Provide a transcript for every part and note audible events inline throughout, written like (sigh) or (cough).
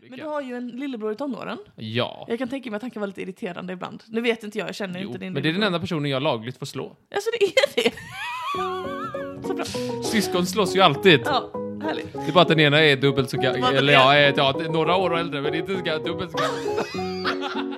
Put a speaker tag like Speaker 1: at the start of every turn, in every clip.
Speaker 1: Men
Speaker 2: tycka.
Speaker 1: du har ju en lillebror i tonåren.
Speaker 2: Ja.
Speaker 1: Jag kan tänka mig att han kan vara lite irriterande ibland. Nu vet inte jag, jag känner
Speaker 2: Jo,
Speaker 1: inte din
Speaker 2: men det är den
Speaker 1: lillebror.
Speaker 2: enda personen jag lagligt får slå.
Speaker 1: Alltså det är det! (laughs) Så bra.
Speaker 2: Syskon slåss ju alltid.
Speaker 1: Ja, härligt.
Speaker 2: Det är bara att den ena är dubbelt så
Speaker 1: Vad
Speaker 2: gammal.
Speaker 1: det
Speaker 2: Eller
Speaker 1: är.
Speaker 2: ja, är- ja, några år äldre, men inte så ga- dubbelt så gammal.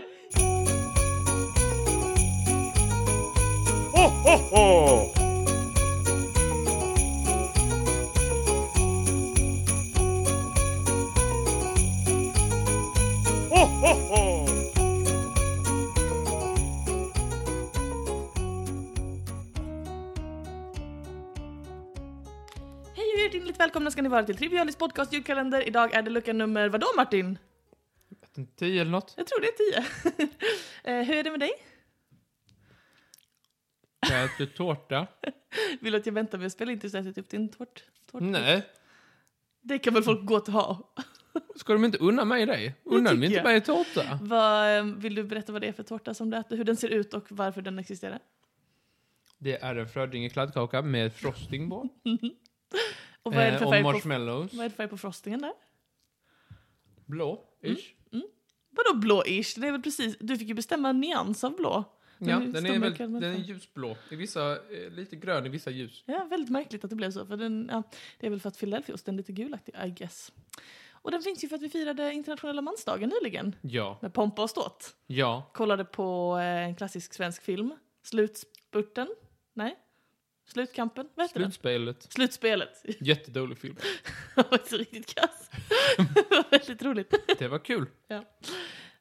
Speaker 1: Hej och hjärtligt välkomna ska ni vara till Trivialis podcast julkalender. Idag är det lucka nummer, vadå Martin?
Speaker 2: Tio eller något.
Speaker 1: Jag tror det är 10. (laughs) eh, hur är det med dig?
Speaker 2: Jag äter tårta.
Speaker 1: Vill du att jag väntar med att spela in tills du ätit upp din tårt? tårt?
Speaker 2: Nej.
Speaker 1: Det kan väl folk gå och ha?
Speaker 2: Ska de inte unna mig det? Unna de
Speaker 1: tycker
Speaker 2: inte
Speaker 1: jag.
Speaker 2: mig tårta?
Speaker 1: Vad, eh, vill du berätta vad det är för tårta som du äter, hur den ser ut och varför den existerar?
Speaker 2: Det är en Frödinge kladdkaka med frosting på.
Speaker 1: Och vad är det
Speaker 2: Eh,
Speaker 1: för
Speaker 2: och
Speaker 1: färg på,
Speaker 2: marshmallows.
Speaker 1: vad är det för färg på frostingen där?
Speaker 2: Blå,
Speaker 1: Mm.
Speaker 2: ish.
Speaker 1: Vadå blå-ish? Det är väl precis, du fick ju bestämma en nyans av blå.
Speaker 2: Ja,
Speaker 1: hur
Speaker 2: den är,
Speaker 1: stor
Speaker 2: väl,
Speaker 1: kan
Speaker 2: den
Speaker 1: man
Speaker 2: är
Speaker 1: få?
Speaker 2: ljusblå. I vissa, eh, lite grön i vissa ljus.
Speaker 1: Ja, väldigt märkligt att det blev så. För den, ja, det är väl för att Philadelphiaosten är lite gulaktig, I guess. Och den finns ju för att vi firade internationella mansdagen nyligen.
Speaker 2: Ja,
Speaker 1: Med pompa och ståt.
Speaker 2: ja.
Speaker 1: Kollade på eh, en klassisk svensk film. Slutspurten? Nej? Slutkampen? Vad heter
Speaker 2: Slutspelet.
Speaker 1: den? Slutspelet. (laughs)
Speaker 2: Jättedålig film.
Speaker 1: Den var inte riktigt kass. (laughs) det var väldigt roligt.
Speaker 2: Det var kul.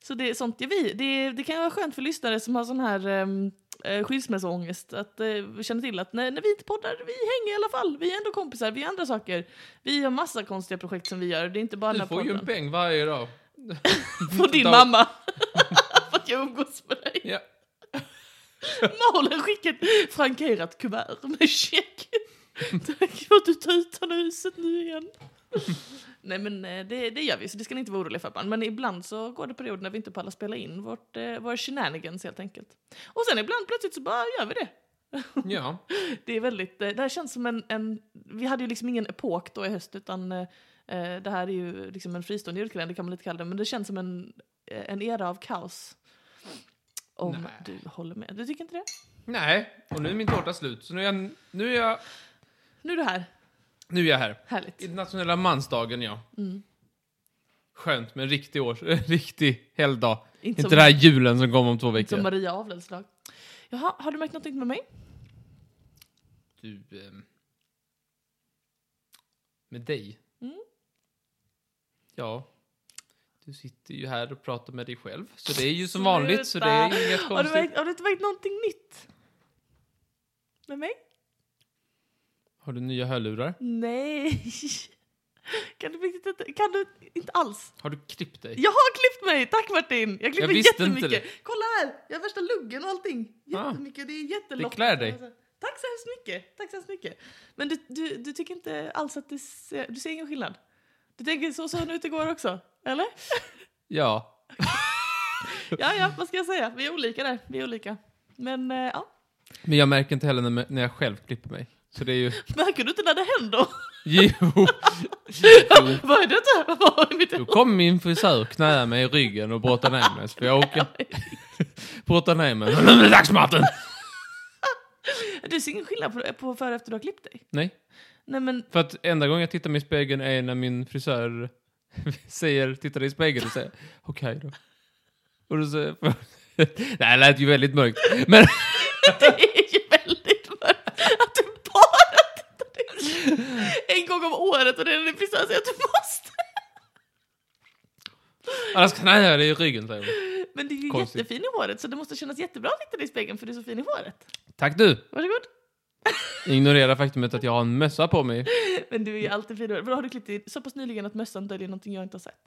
Speaker 1: Så det är sånt gör vi. Det, det kan vara skönt för lyssnare som har sån här ehm, eh, skilsmässoångest att eh, känna till att när, när vi inte poddar, vi hänger i alla fall. Vi är ändå kompisar, vi gör andra saker. Vi har massa konstiga projekt som vi gör. Det är inte bara den
Speaker 2: Du
Speaker 1: här
Speaker 2: får ju en
Speaker 1: podden.
Speaker 2: peng varje dag.
Speaker 1: Från din
Speaker 2: dag.
Speaker 1: mamma. (laughs) För att jag umgås med dig.
Speaker 2: Ja.
Speaker 1: (laughs) Malen skickade ett frankerat kuvert med check. (laughs) Tack för att du tar ut han ur huset nu igen. (laughs) Nej men eh, det, det gör vi, så det ska ni inte vara oroliga för. barn. Men ibland så går det perioder när vi inte pallar spela in vårt, eh, våra shenanigans helt enkelt. Och sen ibland plötsligt så bara gör vi det.
Speaker 2: Ja.
Speaker 1: Det är väldigt, eh, det här känns som en, en, vi hade ju liksom ingen epok då i höst utan eh, eh, det här är ju liksom en fristående julkalender kan man lite kalla det, men det känns som en, eh, en era av kaos. Om
Speaker 2: Nej.
Speaker 1: du håller med. Du tycker inte det?
Speaker 2: Nej, och nu är min tårta slut. Så nu är jag, nu är jag,
Speaker 1: Nu är du här.
Speaker 2: nu är jag här.
Speaker 1: Härligt.
Speaker 2: Internationella mansdagen, ja.
Speaker 1: Mm.
Speaker 2: Skönt med en riktig, års, en riktig helgdag.
Speaker 1: Inte
Speaker 2: Inte
Speaker 1: som,
Speaker 2: den här julen som kommer om två
Speaker 1: som
Speaker 2: veckor.
Speaker 1: Maria Avlens dag. Jaha, har du märkt något nytt med mig?
Speaker 2: Du, ehm, med dig?
Speaker 1: Mm.
Speaker 2: Ja. Du sitter ju här och pratar med dig själv. Så det är ju som vanligt, så det är ju inget
Speaker 1: Har du,
Speaker 2: konstigt.
Speaker 1: märkt, har du inte märkt någonting nytt? Med mig?
Speaker 2: Har du nya hörlurar?
Speaker 1: Nej. (laughs) Kan du, riktigt inte, kan du inte alls?
Speaker 2: Har du klippt dig?
Speaker 1: Jag har klippt mig! Tack Martin! Jag
Speaker 2: Jag
Speaker 1: klipper
Speaker 2: visste inte
Speaker 1: jättemycket. Kolla här! Jag har värsta luggen och allting.
Speaker 2: Ah.
Speaker 1: Jättemycket. Det är jättelockt.
Speaker 2: Det klär dig.
Speaker 1: Tack så hemskt mycket. Tack så hemskt mycket. Men du, du, du tycker inte alls att det ser, du ser ingen skillnad? Du tänker så såg han ut igår också? Eller?
Speaker 2: Ja.
Speaker 1: Ja, ja, vad ska jag säga? Vi är olika där. Vi är olika. Men eh, ja,
Speaker 2: Men jag märker inte heller när, när jag själv klipper mig. Så det är ju... (laughs)
Speaker 1: märker du inte när det händer?
Speaker 2: Jo! Jo.
Speaker 1: (laughs) Vad är detta? Vad var mitt
Speaker 2: Då kom min frisör knäa mig i ryggen och brottade ner mig. Så får jag (laughs) åka... brottade ner mig. (laughs) Nu är det dags Martin!
Speaker 1: Du ser ingen skillnad på, på före och efter du har klippt dig?
Speaker 2: Nej.
Speaker 1: Nej, men
Speaker 2: För att enda gången jag tittar mig i spegeln är när min frisör (laughs) säger, tittar i spegeln och säger okej då. Och då säger (laughs) jag... Det här lät ju väldigt mörkt. Men
Speaker 1: det är ju väldigt mörkt att du bara tittar ut en gång om året och det är när din frisör säger att du måste.
Speaker 2: annars knäar jag dig i ryggen säger hon.
Speaker 1: Men det är ju
Speaker 2: Konstigt.
Speaker 1: jättefin i håret så det måste kännas jättebra att titta dig i spegeln för du är så fin i håret.
Speaker 2: Tack du!
Speaker 1: Varsågod.
Speaker 2: Ignorera faktumet att jag har en mössa på mig.
Speaker 1: Men du är ju alltid fin i håret. Vadå, Har du klippt dig så pass nyligen att mössan döljer någonting jag inte har sett?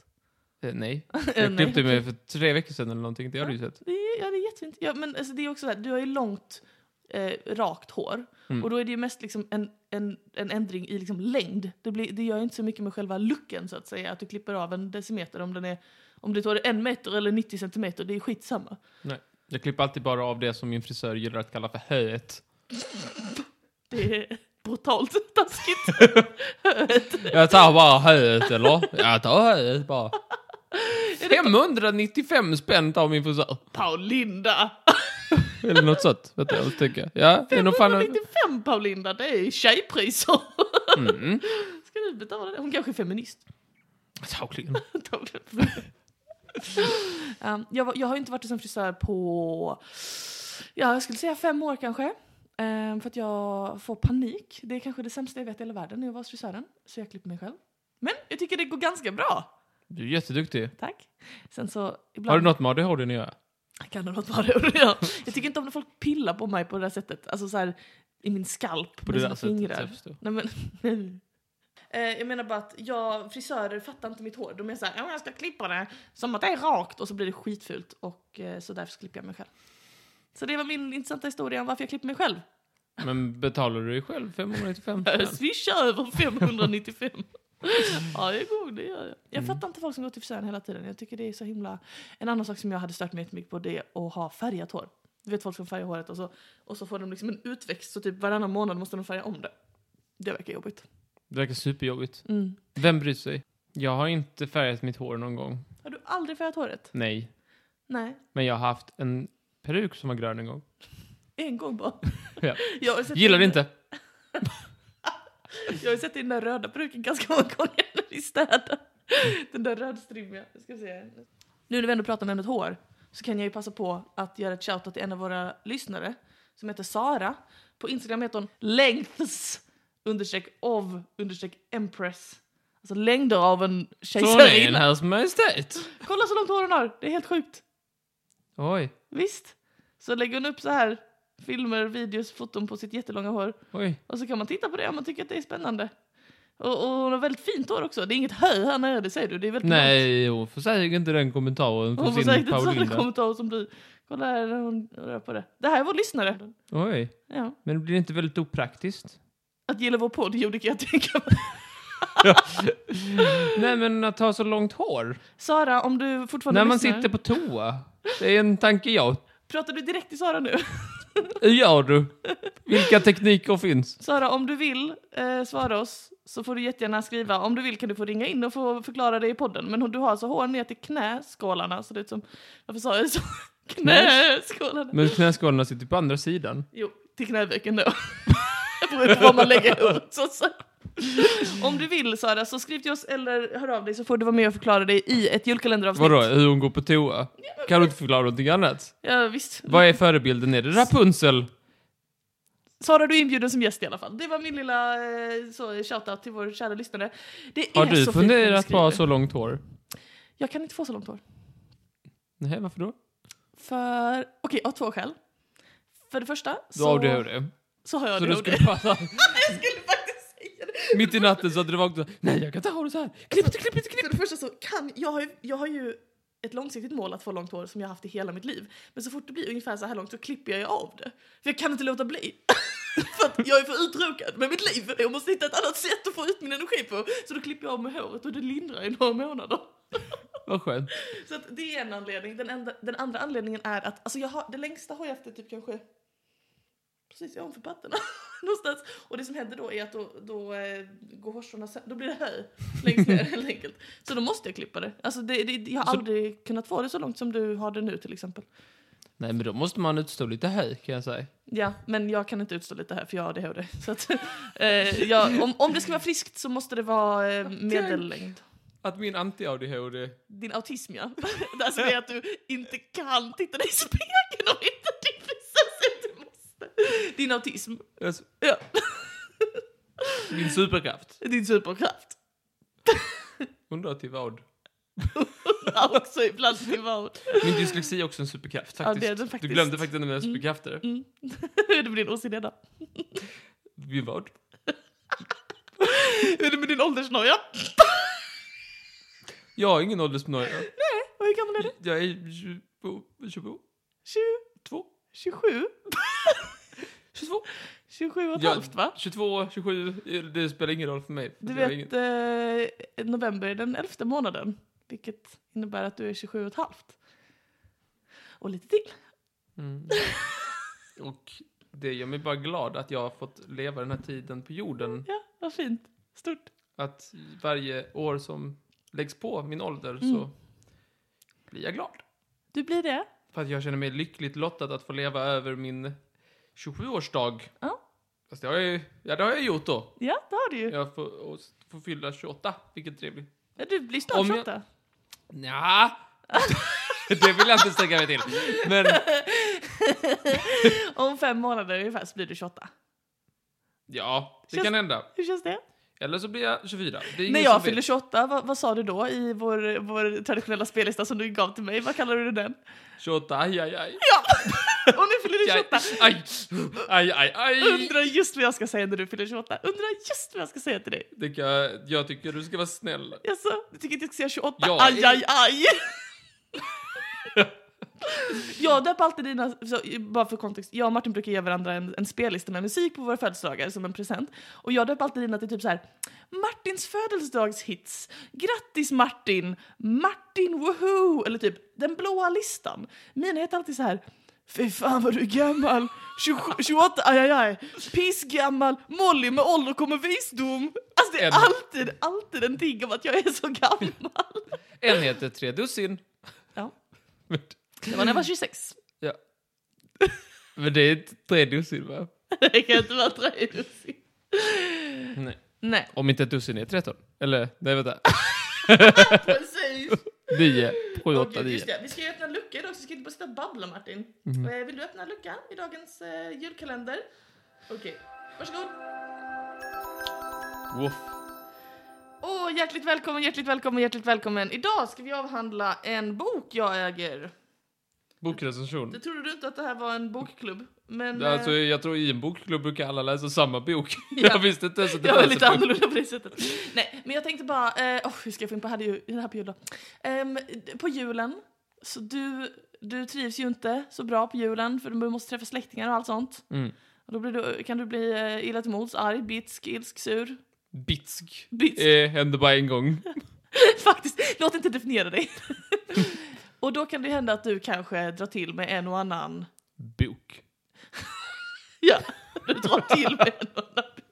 Speaker 2: Eh, nej.
Speaker 1: Nej,
Speaker 2: Jag klippte mig
Speaker 1: okej.
Speaker 2: för tre veckor sedan eller någonting. Det har du ju sett.
Speaker 1: Det är, ja, det är jättefint. Ja, men alltså, det är också så här, du har ju långt, eh, rakt hår.
Speaker 2: Mm.
Speaker 1: Och då är det ju mest liksom en, en, en ändring i liksom längd. Det, blir, det gör ju inte så mycket med själva looken så att säga. Att du klipper av en decimeter om den är om det tar en meter eller 90 centimeter, det är skitsamma.
Speaker 2: Jag klipper alltid bara av det som min frisör gillar att kalla för höet.
Speaker 1: Det är (laughs) brutalt taskigt.
Speaker 2: Jag tar bara höet, eller? Jag tar höet bara. 595 spänn tar min frisör.
Speaker 1: Paulinda!
Speaker 2: Eller något sånt. Vet du, jag tänker. Ja, det är nog fan...
Speaker 1: 195 Paulinda, det är tjejpriser.
Speaker 2: Mm.
Speaker 1: (laughs) Ska du betala det? Hon kanske är feminist.
Speaker 2: Antagligen.
Speaker 1: Antagligen. (laughs) um, jag, var- jag har inte varit hos en frisör på, ja, jag skulle säga fem år kanske. Ehm, för att jag får panik. Det är kanske det sämsta jag vet i hela världen när jag var hos frisören. Så jag klipper mig själv. Men jag tycker det går ganska bra.
Speaker 2: Du är jätteduktig.
Speaker 1: Tack. Sen så ibland...
Speaker 2: Har du något med ADHD att göra?
Speaker 1: Kan du något vara det? (laughs) Ja. Jag tycker inte om när folk pillar på mig på det där sättet. Alltså så här, i min skalp
Speaker 2: På
Speaker 1: med sina
Speaker 2: det där sättet. typ. så
Speaker 1: fingrar.
Speaker 2: jag förstår.
Speaker 1: Nej, men, nej. (laughs) Eh, jag menar bara att jag, frisörer fattar inte mitt hår. De är såhär, ja jag ska klippa det som att det är rakt och så blir det skitfult. Och, eh, så därför klipper jag mig själv. Så det var min intressanta historia om varför jag klipper mig själv.
Speaker 2: Men betalar du dig själv 595
Speaker 1: Eh,
Speaker 2: spänn?
Speaker 1: (laughs) Swisha över 595. (laughs) ja, jag är god, det gör jag. Jag
Speaker 2: Mm.
Speaker 1: fattar inte folk som går till frisören hela tiden. Jag tycker det är så himla... En annan sak som jag hade stört mig jättemycket på det är att ha färgat hår. Du vet folk som färgar håret och så, och så får de liksom en utväxt så typ varannan månad måste de färga om det. Det verkar jobbigt.
Speaker 2: Det verkar superjobbigt.
Speaker 1: Mm.
Speaker 2: Vem bryr sig? Jag har inte färgat mitt hår någon gång.
Speaker 1: Har du aldrig färgat håret?
Speaker 2: Nej.
Speaker 1: Nej,
Speaker 2: Men jag har haft en peruk som var grön en gång.
Speaker 1: en gång bara.
Speaker 2: (laughs) Ja.
Speaker 1: Jag har sett
Speaker 2: Gillar det
Speaker 1: in-
Speaker 2: inte.
Speaker 1: Jag har ju sett den där röda peruken ganska många gånger när vi städar. Den där rödstrimmiga. Jag Ska se. Nu när vi ändå pratar om ämnet hår så kan jag ju passa på att göra ett shoutout till en av våra lyssnare som heter Sara. På Instagram heter hon lengths understreck of understreck empress. Alltså längder av en
Speaker 2: Så hon är en
Speaker 1: kejsarinna.
Speaker 2: Herres Majestät.
Speaker 1: Kolla så långt hår hon har. Det är helt sjukt.
Speaker 2: Oj,
Speaker 1: Visst? Så lägger hon upp så här filmer, videos, foton på sitt jättelånga hår.
Speaker 2: oj.
Speaker 1: Och så kan man titta på det om man tycker att det är spännande. Och, och hon har väldigt fint hår också. Det är inget hö här nere, det säger du. Det är väldigt
Speaker 2: Nej, hon får säkert inte den kommentaren
Speaker 1: blont. Hon
Speaker 2: från
Speaker 1: får
Speaker 2: sin
Speaker 1: säkert inte sådana
Speaker 2: Paulinda.
Speaker 1: kommentarer som du. Kolla här när hon rör på det. Det här är vår lyssnare.
Speaker 2: Oj,
Speaker 1: Ja.
Speaker 2: men det blir inte väldigt opraktiskt?
Speaker 1: Att gilla vår podd, jo det kan jag tänka mig.
Speaker 2: Nej, men att ha så långt hår.
Speaker 1: Sara, om du fortfarande
Speaker 2: När man
Speaker 1: lyssnar.
Speaker 2: sitter på toa. Det är en tanke jag
Speaker 1: Pratar du direkt till Sara nu?
Speaker 2: Hur gör du? Vilka tekniker finns?
Speaker 1: Sara, om du vill eh, svara oss så får du jättegärna skriva. Om du vill kan du få ringa in och få förklara det i podden. Men du har alltså hår ner till knäskålarna. Så det är som, varför sa jag så? Knäskålarna.
Speaker 2: Men knäskålarna sitter på andra sidan.
Speaker 1: Jo, till knävecken då. (laughs) Det beror på var man lägger håret. Så, att säga. Om du vill Sara, så skriv till oss eller hör av dig så får du vara med och förklara dig i ett julkalenderavsnitt.
Speaker 2: Vadå, hur hon går på toa? Kan du inte förklara någonting annat?
Speaker 1: Ja, visst.
Speaker 2: Vad är förebilden? Är det Rapunzel?
Speaker 1: Sara, du är inbjuden som gäst i alla fall. Det var min lilla eh, så, shoutout till vår kära lyssnare. Det
Speaker 2: Har
Speaker 1: är
Speaker 2: du
Speaker 1: så fint när
Speaker 2: funderat på att ha
Speaker 1: skriver.
Speaker 2: så långt hår?
Speaker 1: Jag kan inte få så långt hår.
Speaker 2: Nej, varför då?
Speaker 1: För, okej, av två skäl. För det första
Speaker 2: Då har
Speaker 1: så,
Speaker 2: du det.
Speaker 1: så har jag
Speaker 2: Så
Speaker 1: det.
Speaker 2: du
Speaker 1: och det.
Speaker 2: skulle
Speaker 1: (laughs)
Speaker 2: passa
Speaker 1: Jag skulle faktiskt säga det.
Speaker 2: (laughs) mitt i natten så hade du vaknat. Nej, jag kan inte ha det så här. Klipp
Speaker 1: Klipp, klipp, klipp, klipp. Alltså, För det första så kan, jag har, ju, jag har ju ett långsiktigt mål att få långt hår som jag har haft i hela mitt liv. Men så fort det blir ungefär så här långt så klipper jag ju av det. För jag kan inte låta bli. (laughs) för att jag är för uttråkad med mitt liv. Jag måste hitta ett annat sätt att få ut min energi på. Så då klipper jag av mig håret och det lindrar i några månader.
Speaker 2: Vad skönt.
Speaker 1: Så att det är en anledning. Den, enda, den andra anledningen är att alltså jag har, det längsta har jag haft det typ kanske precis ovanför patterna. (laughs) Någonstans. Och det som händer då är att då, då eh, går hårstråna sö- då blir det hö längst ner helt enkelt. Så då måste jag klippa det. Alltså det, det jag har
Speaker 2: Så-
Speaker 1: aldrig kunnat få det så långt som du har det nu till exempel.
Speaker 2: Nej, men då måste man utstå lite höj kan jag säga.
Speaker 1: Ja, men jag kan inte utstå lite här för jag har ADHD. Så att, (laughs) eh, jag, om, om det ska vara friskt så måste det vara eh, medellängd.
Speaker 2: Att min anti-ADHD...
Speaker 1: Din autism ja. (laughs) Alltså det är att du inte kan titta dig i spegeln och hitta din prinsessa. Du måste. Din autism.
Speaker 2: Alltså,
Speaker 1: Ja,
Speaker 2: (laughs) min superkraft.
Speaker 1: din superkraft. (laughs)
Speaker 2: Undrar till vad.
Speaker 1: Ja, också ibland till vad.
Speaker 2: Min dyslexi är också en superkraft
Speaker 1: Ja,
Speaker 2: faktiskt.
Speaker 1: det är den faktiskt.
Speaker 2: Du glömde faktiskt en av mina superkrafter.
Speaker 1: Mm. (laughs) Hur är det med din OCD då?
Speaker 2: Vid vad?
Speaker 1: Hur är det med din åldersnoja?
Speaker 2: Jag har ingen åldersnoja.
Speaker 1: Och hur gammal är du?
Speaker 2: Jag är 20, 22,
Speaker 1: 20, 27? (laughs)
Speaker 2: 22.
Speaker 1: 27 och ett
Speaker 2: Ja.
Speaker 1: halvt va?
Speaker 2: 22, 27, det spelar ingen roll för mig.
Speaker 1: Du
Speaker 2: Jag har ingen-
Speaker 1: vet, eh, november är den elfte månaden. Vilket innebär att du är 27 och ett halvt. Och lite till.
Speaker 2: Mm. Och det gör mig bara glad att jag har fått leva den här tiden på jorden.
Speaker 1: Ja, vad fint. Stort.
Speaker 2: Att varje år som läggs på min ålder
Speaker 1: Mm.
Speaker 2: så blir jag glad.
Speaker 1: Du blir det?
Speaker 2: För att jag känner mig lyckligt lottad att få leva över min 27-årsdag.
Speaker 1: Ja.
Speaker 2: Fast det har jag ju, ja det har jag gjort då.
Speaker 1: Ja, det har du ju.
Speaker 2: Jag får, och s- får fylla 28, vilket är trevligt.
Speaker 1: Ja. Du blir snart
Speaker 2: Om jag-
Speaker 1: 28.
Speaker 2: Nja. (laughs) det vill jag inte sträcka mig till. Men
Speaker 1: Om fem månader ungefär så blir du 28.
Speaker 2: ja, det
Speaker 1: Känns-
Speaker 2: kan hända.
Speaker 1: Hur känns det?
Speaker 2: Eller så blir jag 24. Det är ingen
Speaker 1: När jag
Speaker 2: som
Speaker 1: fyller
Speaker 2: vet.
Speaker 1: 28, vad, vad sa du då i vår, vår traditionella spellista som du gav till mig? Vad kallar du den?
Speaker 2: 28, aj, aj, aj.
Speaker 1: Ja! Och nu fyller du 28.
Speaker 2: Aj, aj, aj, aj.
Speaker 1: Undrar just vad jag ska säga när du fyller 28. Undrar just vad jag ska säga till dig.
Speaker 2: Det kan, jag- jag tycker du ska vara snäll.
Speaker 1: Jaså, du tycker inte jag ska säga 28?
Speaker 2: Ja, eh,
Speaker 1: aj,
Speaker 2: är-
Speaker 1: aj, aj! jag döper alltid dina, så, bara för kontext, jag och Martin brukar ge varandra en, en spellista med musik på våra födelsedagar som en present. Och jag döper alltid dina till typ så här: Martins födelsedagshits, grattis Martin, Martin woohoo, eller typ den blåa listan. Mina heter alltid så här. Fy fan vad du är gammal! 27, 28, aj aj aj! Pissgammal! Molly med ålder kommer visdom! Alltså det är
Speaker 2: En-
Speaker 1: alltid, alltid en ting om att jag är så gammal!
Speaker 2: En heter tre dussin.
Speaker 1: Ja,
Speaker 2: Men,
Speaker 1: det var när jag var 26.
Speaker 2: ja. Men det är inte tre dussin va?
Speaker 1: Det kan inte vara tre dussin.
Speaker 2: Nej.
Speaker 1: Nej,
Speaker 2: Om inte ett dussin är 13. Eller, nej vänta. (laughs)
Speaker 1: precis.
Speaker 2: 9, 7,
Speaker 1: Åh,
Speaker 2: 8,
Speaker 1: gud, just
Speaker 2: 9.
Speaker 1: det. Vi ska ju öppna en lucka idag så vi ska inte bara sitta och babbla Martin.
Speaker 2: Mm.
Speaker 1: Eh, Vill du öppna en lucka i dagens eh, julkalender? Okej, varsågod.
Speaker 2: Woof.
Speaker 1: Åh, hjärtligt välkommen, hjärtligt välkommen, hjärtligt välkommen. Idag ska vi avhandla en bok jag äger. Det
Speaker 2: Bokrecension.
Speaker 1: trodde du inte att det här var en bokklubb. Men eh,
Speaker 2: Alltså, jag tror i en bokklubb brukar alla läsa samma bok.
Speaker 1: Ja.
Speaker 2: (laughs) Jag visste inte ens att det
Speaker 1: jag var
Speaker 2: fanns
Speaker 1: lite
Speaker 2: en bok.
Speaker 1: annorlunda på det sättet. Nej, men jag tänkte bara, eh, oh, hur ska jag få in på det här, ju- det här på julen? Ehm, på julen, så du, du trivs ju inte så bra på julen för du måste träffa släktingar och allt sånt.
Speaker 2: Mm.
Speaker 1: Och då blir du, kan du bli eh, illa till mods, arg, bitsk, ilsk, sur.
Speaker 2: Bitsk.
Speaker 1: Bitsk.
Speaker 2: Eh, hände bara en gång.
Speaker 1: (laughs) Faktiskt, låt inte definiera dig. (laughs) och då kan det hända att du kanske drar till med en och annan
Speaker 2: Bok.
Speaker 1: Ja, du drar till med en annan bok.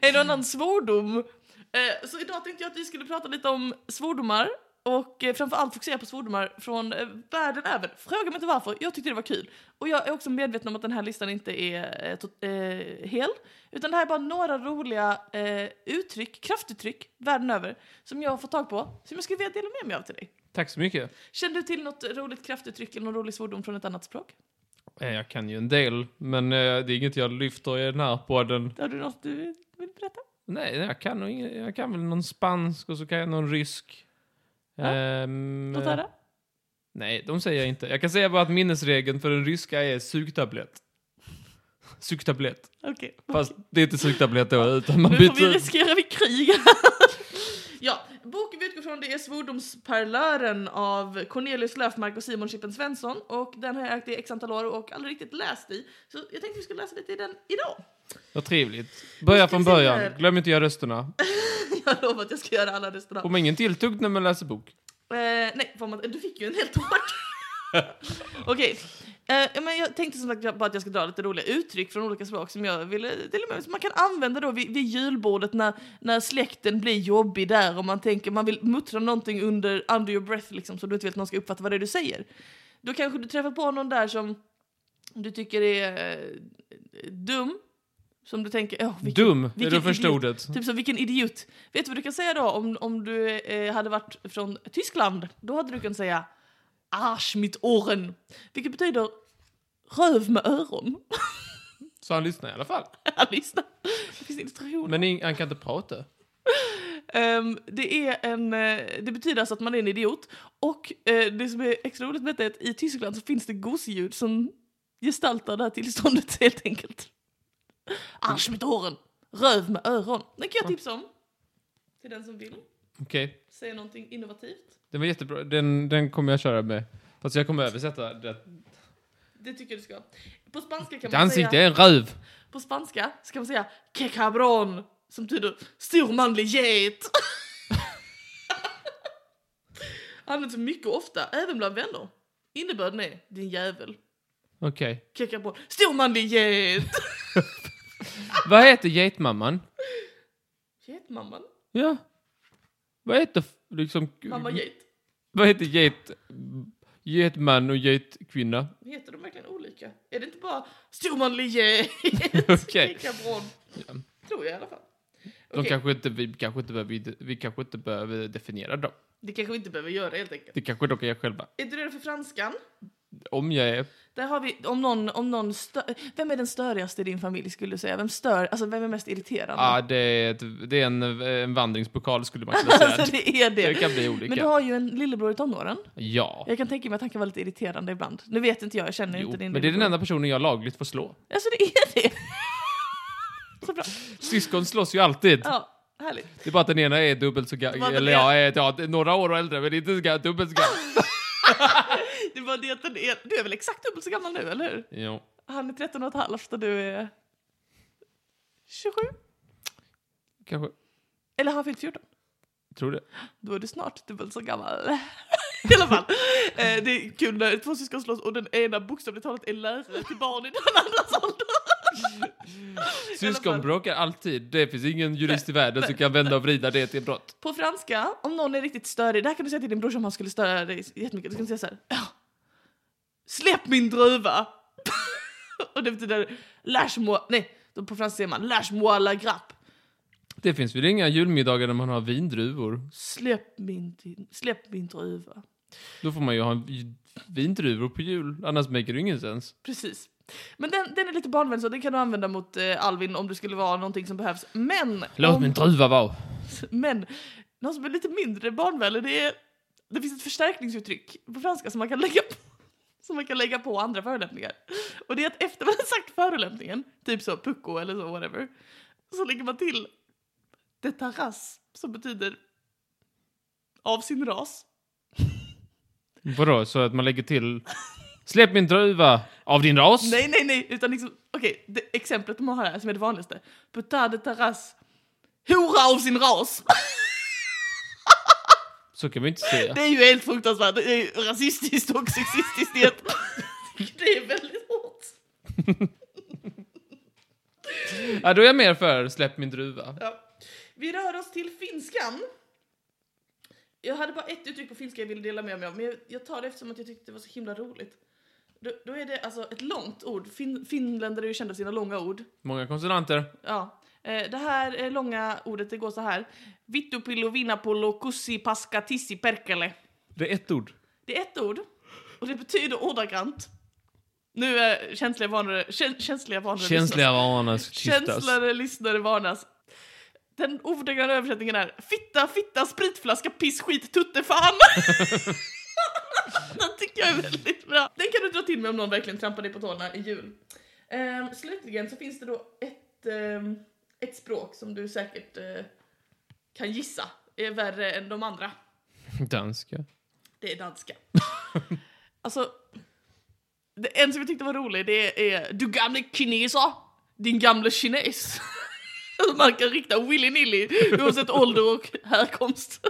Speaker 1: En annan svordom. Eh, Så idag tänkte jag att vi skulle prata lite om svordomar och eh, framförallt fokusera på svordomar från eh, världen över. Fråga mig inte varför, jag tyckte det var kul. Och jag är också medveten om att den här listan inte är eh, tot- eh, hel, utan det här är bara några roliga eh, uttryck, kraftuttryck, världen över, som jag har fått tag på, som jag skulle vilja dela med mig av till dig.
Speaker 2: Tack så mycket.
Speaker 1: Känner du till något roligt kraftuttryck eller någon rolig svordom från ett annat språk?
Speaker 2: Eh, jag kan ju en del, men eh, det är inget jag lyfter i den här podden.
Speaker 1: Har du något du vill berätta?
Speaker 2: Nej, jag kan, nog ingen, jag kan väl någon spansk och så kan jag någon rysk.
Speaker 1: Ja.
Speaker 2: Ehm,
Speaker 1: Låt höra.
Speaker 2: Nej, de säger jag inte. Jag kan säga bara att minnesregeln för den ryska är sugtablett. Sugtablett.
Speaker 1: Okej.
Speaker 2: Fast det är inte sugtablett då, utan man
Speaker 1: Nu får
Speaker 2: byter
Speaker 1: vi
Speaker 2: ut
Speaker 1: riskera vi krig. (laughs) ja, boken vi utgår från det är Svordomsparlören av Cornelius Löfmark och Simon Chippen Svensson och den har jag ägt i x antal år och aldrig riktigt läst i. Så jag tänkte vi skulle läsa lite i den idag. (laughs)
Speaker 2: Vad trevligt.
Speaker 1: Nu
Speaker 2: Börja
Speaker 1: ska
Speaker 2: från
Speaker 1: vi se
Speaker 2: början.
Speaker 1: här.
Speaker 2: Glöm inte att göra rösterna.
Speaker 1: jag lovar att jag ska göra alla rösterna.
Speaker 2: Om ingen tilltugg när man läser bok.
Speaker 1: Eh, nej, får man, du fick ju en helt (laughs) hårt. Okej. Eh, ja, men jag tänkte som sagt bara att jag ska dra lite roliga uttryck från olika språk som jag ville dela med mig som man kan använda då vid, vid julbordet när, när släkten blir jobbig där och man tänker man vill muttra någonting under under your breath liksom så du inte vet att någon ska uppfatta vad det är du säger. Då kanske du träffar på någon där som du tycker är eh, dum. Som du tänker, åh vilken
Speaker 2: Dum, är
Speaker 1: vilken
Speaker 2: det första
Speaker 1: idiot.
Speaker 2: ordet.
Speaker 1: Typ så, vilken idiot. Vet du vad du kan säga då om, om du eh, hade varit från Tyskland? Då hade du kunnat säga Arsch mit Ohren. Vilket betyder röv med öron. (laughs)
Speaker 2: Så han lyssnar i alla fall.
Speaker 1: Ja, Lyssna, det finns illustrationer.
Speaker 2: Men ing- han kan inte prata.
Speaker 1: Ehm, det, är en, eh, det betyder alltså att man är en idiot. Och eh, det som är extra roligt med det är att i Tyskland så finns det gosedjur som gestaltar det här tillståndet (laughs) helt enkelt. Arsch mit Ohren. Röv med öron. Den kan jag tipsa om. Till den som vill.
Speaker 2: Okej.
Speaker 1: säga någonting innovativt.
Speaker 2: Den var jättebra. Den, den kommer jag köra med. Fast jag kommer översätta det.
Speaker 1: Det tycker jag du ska. På spanska kan
Speaker 2: Ditt
Speaker 1: man
Speaker 2: ansikte
Speaker 1: säga...
Speaker 2: är en röv.
Speaker 1: På spanska så kan man säga que cabron, som betyder stor manlig
Speaker 2: (laughs)
Speaker 1: get. Används mycket och ofta, även bland vänner. Innebörden är din jävel.
Speaker 2: Okej.
Speaker 1: Que cabron, stor manlig
Speaker 2: (laughs)
Speaker 1: get.
Speaker 2: Vad heter getmamman?
Speaker 1: Getmamman?
Speaker 2: Ja. Vad heter f- liksom...
Speaker 1: Mamma get.
Speaker 2: Vad heter get... Getman och getkvinna?
Speaker 1: Heter de verkligen olika? Är det inte bara stormanlig get?
Speaker 2: (laughs) Okej.
Speaker 1: Lika bra. Tror jag i alla fall.
Speaker 2: De
Speaker 1: Okej.
Speaker 2: kanske inte, vi, kanske inte behöver, vi kanske inte behöver definiera dem.
Speaker 1: Det kanske vi inte behöver göra helt enkelt.
Speaker 2: Det kanske de kan göra själva.
Speaker 1: Är du redo för franskan?
Speaker 2: Om jag är...
Speaker 1: Där har vi, om någon, om någon stö- vem är den störigaste i din familj skulle du säga? Vem stör, alltså vem är mest irriterande? (laughs)
Speaker 2: Ah, det, är ett, det är en, en vandringspokal skulle man kunna
Speaker 1: (laughs)
Speaker 2: säga.
Speaker 1: alltså det är
Speaker 2: det
Speaker 1: det.
Speaker 2: kan bli olika.
Speaker 1: Men du har ju en lillebror i tonåren.
Speaker 2: Ja.
Speaker 1: Jag kan tänka mig att han kan vara lite irriterande ibland. Nu vet inte jag, jag känner
Speaker 2: Jo,
Speaker 1: inte din
Speaker 2: men det är den
Speaker 1: lillebror.
Speaker 2: enda personen jag lagligt får slå.
Speaker 1: Alltså det är det! (laughs) Så bra.
Speaker 2: Syskon slåss ju alltid.
Speaker 1: Ja, härligt.
Speaker 2: Det är bara att den ena är dubbelt så
Speaker 1: Det var
Speaker 2: gammal.
Speaker 1: väl
Speaker 2: Eller
Speaker 1: det.
Speaker 2: ja, är, ja, det är några år äldre, men inte så ga- dubbelt
Speaker 1: (laughs)
Speaker 2: så gammal.
Speaker 1: Det var det att den är, du är väl exakt dubbelt så gammal nu, eller hur?
Speaker 2: jo.
Speaker 1: Han är 13 och ett halvt och du är 27?
Speaker 2: Kanske.
Speaker 1: Eller har han fyllt 14?
Speaker 2: Tror det.
Speaker 1: Då är du snart dubbelt så gammal. (laughs) I alla fall, eh, det är kul när två syskon slåss och den ena bokstavligt talat är lärare till barn i den andras ålder.
Speaker 2: Syskon bråkar alltid. Det finns ingen jurist i världen som kan vända och vrida det till brott.
Speaker 1: På franska, om någon är riktigt störig, det här kan du säga till din brorsa om han skulle störa dig jättemycket. Du kan säga så här. "Ja, Släpp min druva! (laughs) och det betyder lâche-moi, nej, då på franska säger man lâche-moi la grappe.
Speaker 2: Det finns väl inga julmiddagar där man har vindruvor?
Speaker 1: Släpp min, din- släpp min druva.
Speaker 2: Då får man ju ha en vi- vindruvor på jul, annars make det ingen sens.
Speaker 1: Precis. Men den, den är lite barnvänlig så den kan du använda mot eh, Alvin om det skulle vara någonting som behövs. Men,
Speaker 2: Låt
Speaker 1: om,
Speaker 2: min druva vara.
Speaker 1: men någon som är lite mindre barnvänlig det är det finns ett förstärkningsuttryck på franska som man kan lägga på, som man kan lägga på andra förolämpningar. Och det är att efter man har sagt förolämpningen, typ så pucko eller så whatever, så lägger man till det taras som betyder av sin ras.
Speaker 2: Vadå, så att man lägger till... Släpp min druva av din ras?
Speaker 1: Nej, nej, nej, utan liksom, okej, det exemplet de har här som är det vanligaste. Putain de terrasse, hora av sin ras.
Speaker 2: Så kan vi inte säga.
Speaker 1: Det är ju helt fruktansvärt, det är ju rasistiskt och sexistiskt i ett. (laughs) Det är väldigt hårt.
Speaker 2: Ja, då är jag mer för släpp min druva.
Speaker 1: Ja. Vi rör oss till finskan. Jag hade bara ett uttryck på finska jag ville dela med mig av, men jag, jag tar det eftersom att jag tyckte det var så himla roligt. Då, då är det alltså ett långt ord. Fin, finländare är ju kända för sina långa ord.
Speaker 2: Många konsonanter.
Speaker 1: Ja. Eh, Det här eh, långa ordet, det går så här. Vittupillo, vinapollo, kussi, paska, tissi, perkele.
Speaker 2: Det är ett ord.
Speaker 1: Det är ett ord och det betyder ordagrant. Nu är känsliga vanare, kä- känsliga vanare
Speaker 2: Känsliga vanorna ska
Speaker 1: lyssnare,
Speaker 2: tystas.
Speaker 1: Känslare lyssnare varnas. Den ordagranna översättningen är fitta, fitta, spritflaska, piss, skit, tutte, fan. (laughs) Den tycker jag är väldigt bra. Den kan du dra till med om någon verkligen trampar dig på tårna i jul. Ehm, slutligen så finns det då ett, ehm, ett språk som du säkert eh, kan gissa är värre än de andra.
Speaker 2: Danska.
Speaker 1: Det är danska. (laughs) alltså, det, en som jag tyckte var rolig det är Du gamle kineser, din gamle kines. (laughs) Alltså, Man kan rikta willy-nilly oavsett ålder och härkomst.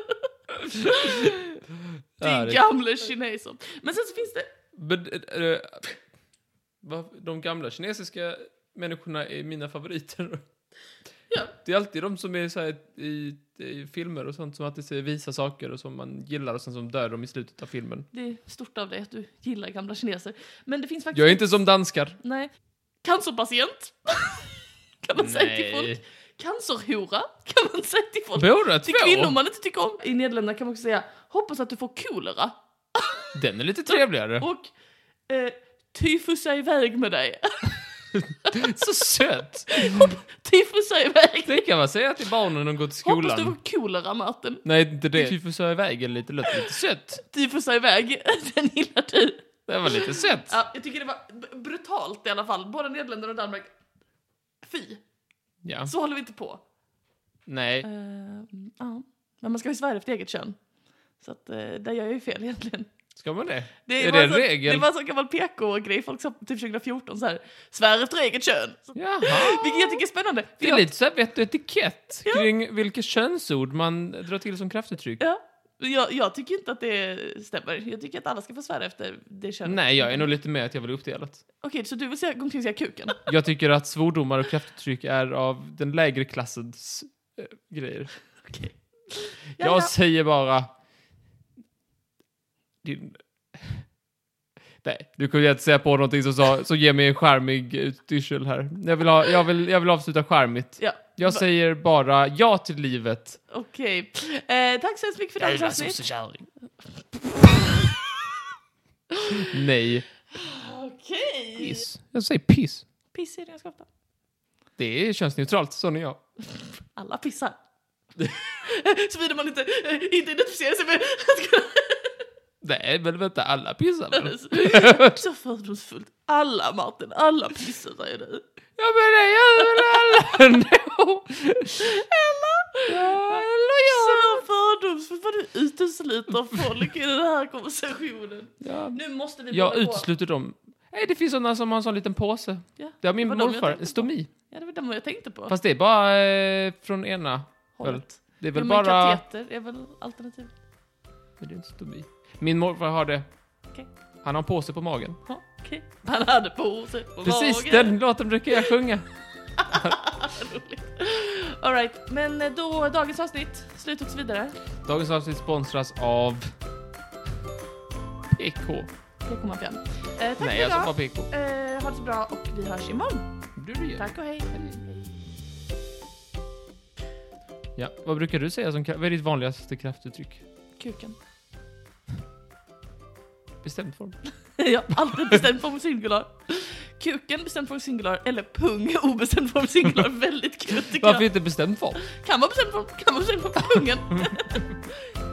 Speaker 2: Ja,
Speaker 1: Din
Speaker 2: det-
Speaker 1: gamle kineser. Men sen så finns det,
Speaker 2: Men, eh, eh, vad- de gamla kinesiska människorna är mina favoriter.
Speaker 1: Ja.
Speaker 2: Det är alltid de som är så här i, i filmer och sånt som alltid säger visa saker och som man gillar och sen som dör de i slutet av filmen.
Speaker 1: det är stort av dig att du gillar gamla kineser. Men det finns faktiskt...
Speaker 2: Jag är inte som danskar.
Speaker 1: Nej. Cancerpatient. (laughs) kan man säga till folk. Cancerhora kan man säga till folk.
Speaker 2: Båda
Speaker 1: Till kvinnor
Speaker 2: två?
Speaker 1: man inte tycker om. I Nederländerna kan man också säga hoppas att du får kolera.
Speaker 2: Den är lite trevligare.
Speaker 1: Och eh, tyfusa iväg med dig. (laughs)
Speaker 2: Så söt!
Speaker 1: tyfusa iväg.
Speaker 2: Det kan man säga till barnen när de går till
Speaker 1: Hoppas du
Speaker 2: skolan.
Speaker 1: får kolera Martin.
Speaker 2: Nej, inte det. Tyfusa iväg är lite, lite, lite sött.
Speaker 1: Tyfusa iväg, (laughs) den gillar du.
Speaker 2: Det var lite sött.
Speaker 1: Ja, jag tycker det var b- brutalt i alla fall. Både Nederländerna och Danmark. Fy,
Speaker 2: Ja.
Speaker 1: så håller vi inte på.
Speaker 2: Nej.
Speaker 1: Eh, ja. Men man ska ju svära efter eget kön. Så att, eh, där gör jag ju fel egentligen.
Speaker 2: Ska man det?
Speaker 1: Det
Speaker 2: Är
Speaker 1: var
Speaker 2: det en
Speaker 1: så-
Speaker 2: regel?
Speaker 1: Det var en sån gammal PK-grej folk sa typ 2014 så här. Svär efter eget kön. (gasps) Så,
Speaker 2: Jaha.
Speaker 1: vilket jag tycker är spännande. för
Speaker 2: Det är
Speaker 1: jag-
Speaker 2: lite så här vett och etikett kring vilka könsord man drar till som kraftuttryck.
Speaker 1: Ja. Jag, jag tycker inte att det stämmer. Jag tycker att alla ska få svära efter det könet.
Speaker 2: Nej, jag är nog lite med att jag vill uppdelat.
Speaker 1: Okej, så du vill säga, gå omkring och säga (laughs) kuken?
Speaker 2: Jag tycker att svordomar och kraftuttryck är av den lägre klassens eh, grejer.
Speaker 1: Okej. Ja,
Speaker 2: Jag
Speaker 1: ja.
Speaker 2: säger bara Din... Nej, du kunde inte säga på någonting som sa så ge mig en charmig utstyrsel här. Jag vill, ha, jag vill, jag vill avsluta charmigt.
Speaker 1: Ja.
Speaker 2: Jag
Speaker 1: Va-
Speaker 2: säger bara ja till livet.
Speaker 1: Okej. Eh, tack så hemskt mycket för dagens avsnitt.
Speaker 2: sossekärring. Nej.
Speaker 1: Okej.
Speaker 2: Piss. Jag säger piss.
Speaker 1: Piss i redskapet.
Speaker 2: Det är könsneutralt, sån är jag.
Speaker 1: Alla pissar. (laughs) Såvida man inte, eh, inte identifierar sig med att
Speaker 2: (laughs)
Speaker 1: kunna
Speaker 2: Nej, men vänta, alla pissar väl?
Speaker 1: Så fördomsfullt. Alla Martin, alla pissar säger du.
Speaker 2: Ja men det gör väl alla ändå? (laughs) Eller? Ja, eller jag.
Speaker 1: Så fördomsfullt vad du utesluter folk i den här konversationen.
Speaker 2: Ja.
Speaker 1: Nu måste vi
Speaker 2: Jag
Speaker 1: båda gå.
Speaker 2: utesluter dem. Nej, det finns sådana som har en sån liten påse.
Speaker 1: Ja.
Speaker 2: Det har min
Speaker 1: Det var de jag
Speaker 2: morfar,
Speaker 1: tänkte på.
Speaker 2: en stomi.
Speaker 1: ja, det var den jag tänkte på.
Speaker 2: Fast det är bara eh, från ena. Väl.
Speaker 1: Hållet.
Speaker 2: Det är
Speaker 1: Ja,
Speaker 2: väl
Speaker 1: men
Speaker 2: bara...
Speaker 1: kateter är väl alternativ.
Speaker 2: Men det är inte stomi. Min morfar har det.
Speaker 1: Okej.
Speaker 2: Han har en påse på magen.
Speaker 1: Ja, okej. Han hade på sig på
Speaker 2: Precis,
Speaker 1: magen.
Speaker 2: den låten brukar jag sjunga.
Speaker 1: Roligt. All right, men eh, då dagens avsnitt, slut och så vidare.
Speaker 2: Dagens avsnitt sponsras av... PK.
Speaker 1: PK-maffian. Eh, tack
Speaker 2: Nej, alltså,
Speaker 1: för
Speaker 2: jag sa bara
Speaker 1: idag.
Speaker 2: PK.
Speaker 1: Eh, ha det så bra och vi hörs imorgon.
Speaker 2: Du, du gör.
Speaker 1: Tack och hej.
Speaker 2: Ja, vad brukar du säga som... kra- Vad är ditt vanligaste kraftuttryck?
Speaker 1: Kuken. (laughs)
Speaker 2: Bestämd form.
Speaker 1: Jag har alltid bestämt form singular. Kuken bestämd form singular eller pung obestämd form
Speaker 2: (laughs)
Speaker 1: singular. Väldigt kul tycker
Speaker 2: Varför
Speaker 1: jag.
Speaker 2: inte bestämd form?
Speaker 1: Kan vara bestämd form, kan vara bestämd form. Pungen.